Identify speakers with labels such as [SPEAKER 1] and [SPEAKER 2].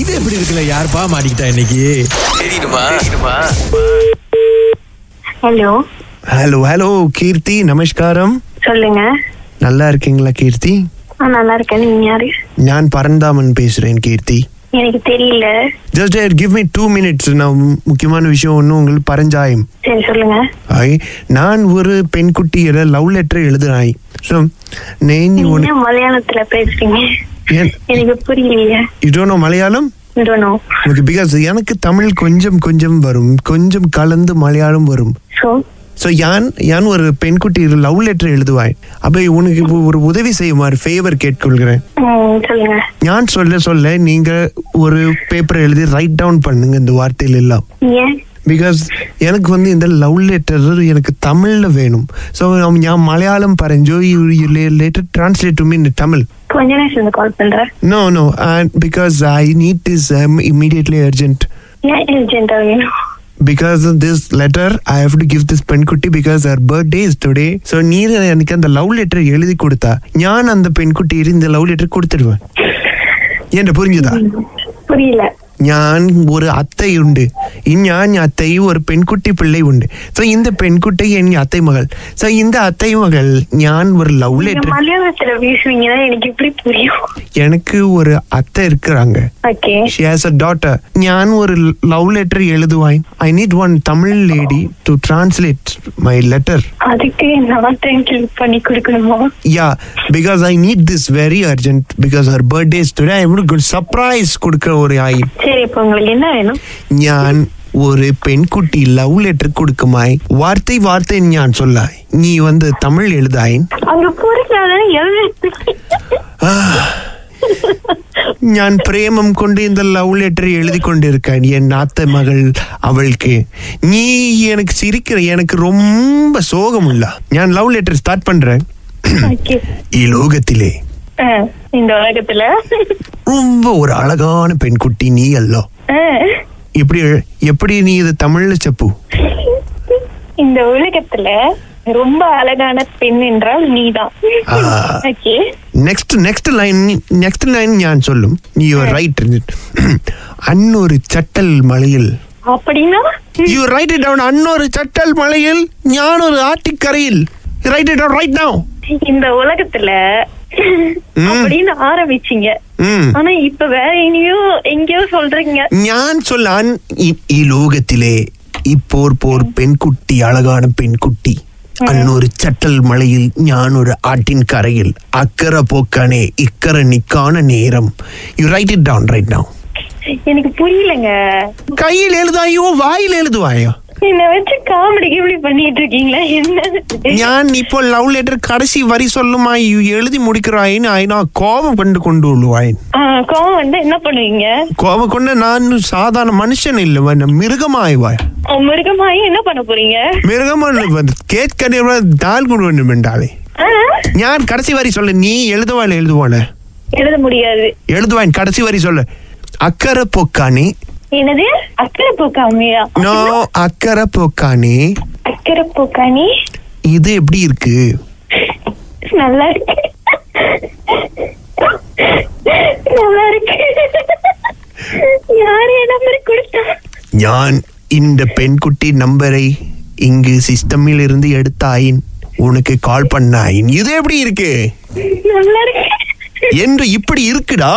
[SPEAKER 1] இது எப்படி இருக்குல்ல யாருப்பா மாட்டிக்கிட்டா இன்னைக்கு
[SPEAKER 2] ஹலோ
[SPEAKER 3] ஹலோ ஹலோ கீர்த்தி நமஸ்காரம்
[SPEAKER 2] சொல்லுங்க
[SPEAKER 3] நல்லா இருக்கீங்களா கீர்த்தி
[SPEAKER 2] ஆ நல்லா இருக்கேன் நீங்க யாரு
[SPEAKER 3] நான் பரந்தாமன் பேசுறேன் கீர்த்தி
[SPEAKER 2] எனக்கு தெரியல
[SPEAKER 3] just give me two minutes நான் முக்கியமான விஷயம் ஒன்று உங்களுக்கு பரஞ்சாயம்
[SPEAKER 2] சரி சொல்லுங்க
[SPEAKER 3] ஐ நான் ஒரு பெண்குட்டியோட லவ் லெட்டர் எழுதுறாய் ஸோ நேன்
[SPEAKER 2] நீங்க
[SPEAKER 3] ஒன்று
[SPEAKER 2] என்ன மலையாளத்துல பேசுறீங்க எனக்கு புரியலையே
[SPEAKER 3] இதுனோ மலையாளம்
[SPEAKER 2] டோனோ
[SPEAKER 3] உங்களுக்கு பிகாஸ் எனக்கு தமிழ் கொஞ்சம் கொஞ்சம் வரும் கொஞ்சம் கலந்து மலையாளம் வரும்
[SPEAKER 2] சோ
[SPEAKER 3] ஸோ யான் யான் ஒரு பெண்குட்டி லவ் லெட்டர் எழுதுவாய் அப்போ உனக்கு இப்போ ஒரு உதவி செய்யுமாறு ஃபேவர் கேட்டுக்கொள்கிறேன்
[SPEAKER 2] சொல்லுங்க
[SPEAKER 3] நான் சொல்ல சொல்ல நீங்க ஒரு பேப்பர் எழுதி ரைட் டவுன் பண்ணுங்க இந்த வார்த்தையில எல்லாம்
[SPEAKER 2] ஏன்
[SPEAKER 3] பிகாஸ் எனக்கு வந்து இந்த லவ் லெட்டர் எனக்கு தமிழ்ல வேணும் ஸோ ஞான் மலையாளம் பறஞ்சோ லேட்டர் டிரான்ஸ்லேட் டு மீன் தமிழ்
[SPEAKER 2] கொஞ்ச நேரத்துல கால் பண்றேன்
[SPEAKER 3] no no because I need is immediately urgent
[SPEAKER 2] ஏன் ஏஜென்டா வேணும்
[SPEAKER 3] because this letter I have to give this பெண்குட்டி because her birthday is today so நீர் எனக்கு அந்த லவ் லெட்டர் எழுதி கொடுத்தா ஞான் அந்த பெண்குட்டி இந்த லவ் லெட்டர் கொடுத்துடுவேன் ஏன்டா புரிஞ்சுதா
[SPEAKER 2] புரியல
[SPEAKER 3] ഞാൻ ഒരു അത്തയുണ്ട് ഈ ഞാൻ അത്തയും ഒരു പെൺകുട്ടി പിള്ളയുണ്ട് സോ ഇന്ന പെൺകുട്ടി എനിക്ക് അത്തൈ മകൾ സോ ഇന്ന അത്തൈ മകൾ ഞാൻ ഒരു ലവ്
[SPEAKER 2] நீங்க
[SPEAKER 3] ലെറ്റർ
[SPEAKER 2] மலையாளத்துல பேசுவீங்கன்னா எனக்கு எப்படி புரியும்
[SPEAKER 3] எனக்கு ஒரு அத்தை இருக்கிறாங்க
[SPEAKER 2] okay
[SPEAKER 3] she has a daughter ஞான் ஒரு லவ் லெட்டர் எழுதுவாய் I need one Tamil lady to translate my letter
[SPEAKER 2] அதுக்கு நான் தேங்க்யூ பண்ணி கொடுக்கணுமா
[SPEAKER 3] yeah because I need this very urgent because her birthday's today I உனக்கு சர்ப்ரைஸ் கொடுக்க ஒரு ஐ
[SPEAKER 2] சரி இப்போ உங்களுக்கு என்ன வேணும்
[SPEAKER 3] ഞാൻ ഒരു പെൺകുട്ടി ലവ് ലെറ്റർ കൊടുക്കുമായി വാർത്തൈ വാർത്തൈ ഞാൻ சொல்லாய் നീ വന്ന് തമിഴ് എഴുതായി
[SPEAKER 2] அங்க போறதுனால எழுது
[SPEAKER 3] ഞാൻ പ്രേമം കൊണ്ട് இந்த லவ் லெட்டர் எழுதி கொண்டிருக்கேன் என் நாத்த மகள் அவளுக்கு நீ எனக்கு சிரிக்கிற எனக்கு ரொம்ப சோகமுள்ள ഞാൻ ലവ് ലെറ്റർ ஸ்டார்ட் பண்றேன்
[SPEAKER 2] ஓகே
[SPEAKER 3] ഈ ലോകത്തിലെ
[SPEAKER 2] ஆ, இந்த உலகத்துல
[SPEAKER 3] ரொம்ப ஒரு அழகான பெண்குட்டி நீ அல்லோ
[SPEAKER 2] ஆ,
[SPEAKER 3] எப்படி எழு- எப்படி நீ இது தமிழ்ல செப்பு
[SPEAKER 2] இந்த உலகத்துல ரொம்ப அழகான பெண் என்றால் நீதான்
[SPEAKER 3] ஆ.
[SPEAKER 2] Okay
[SPEAKER 3] next next line next line ஞான் சொல்லும் நீ ரைட் அன்னொரு சட்டல் மலையில்
[SPEAKER 2] அப்படின்னா
[SPEAKER 3] யூ ரைட் இட் டவுன் அன்னொரு சட்டல் மலையில் ஞான் ஒரு ஆட்டிக்கரையில் write it down write down
[SPEAKER 2] இந்த உலகத்துல
[SPEAKER 3] ம்.
[SPEAKER 2] அப்படின்னு ஆரம்பிச்சீங்க
[SPEAKER 3] ம்
[SPEAKER 2] ஆனா இப்ப வேற எங்கேயோ எங்கேயோ சொல்றீங்க
[SPEAKER 3] ஞான் சொல்லான் லோகத்திலே இப்போர் போர் பெண்குட்டி அழகான பெண்குட்டி அன்னொரு சட்டல் மலையில் ஞான் ஒரு ஆட்டின் கரையில் அக்கற போக்கானே இக்கற நிக்கான நேரம் you write it down write down
[SPEAKER 2] எனக்கு புரியலங்க
[SPEAKER 3] கையில் எழுதாயோ வாயில் எழுதுவாயோ
[SPEAKER 2] என்ன வச்சு காமெடி இப்படி பண்ணிட்டு இருக்கீங்களா என்ன
[SPEAKER 3] ഞാൻ ഇപ്പോൾ ലവ് ലെറ്റർ കടസി വരി സൊല്ലുമായി എഴുതി മുടിക്கிறாயின் അതിനാ കോപം കൊണ്ട് കൊണ്ടുകൊള്ളുവായൻ
[SPEAKER 2] ஆ, கோவம் வந்தா என்ன பண்ணுவீங்க
[SPEAKER 3] കോപം കൊണ്ട് ഞാൻ സാധാരണ മനുഷ്യനില്ല വന്ന മൃഗമായവായ
[SPEAKER 2] மிருகமாயி என்ன பண்ண போறீங்க
[SPEAKER 3] മൃഗമാണ് കേൾക്കണേ ദാൽ കൊണ്ട് മിണ്ടാതെ
[SPEAKER 2] ஆ,
[SPEAKER 3] ഞാൻ കടസി വരി സൊല്ല നീ എഴുതുവാൻ എഴുതുവാണ്
[SPEAKER 2] எழுத முடியாது
[SPEAKER 3] എഴുതുവാൻ കടസി വരി സൊല്ല അക്കര പൊക്കാണി
[SPEAKER 2] என்னது அக்கறை போக்காமையா
[SPEAKER 3] നോ അക്കര പൊക്കാണി
[SPEAKER 2] அக்கறை போக்கானி
[SPEAKER 3] ഇത് എപ്പി ഇருக்கு
[SPEAKER 2] நல்லா இருக்கு நல்லா இருக்கு யாரு என் நம்பர் கொடுத்தா
[SPEAKER 3] ഞാൻ இந்த பெண்குட்டி நம்பரை இங்கு சிஸ்டமில் இருந்து எடுத்தாயின் உனக்கு கால் பண்ணாயின் இது எப்படி இருக்கு
[SPEAKER 2] நல்லா இருக்கு
[SPEAKER 3] என்று இப்படி இருக்குடா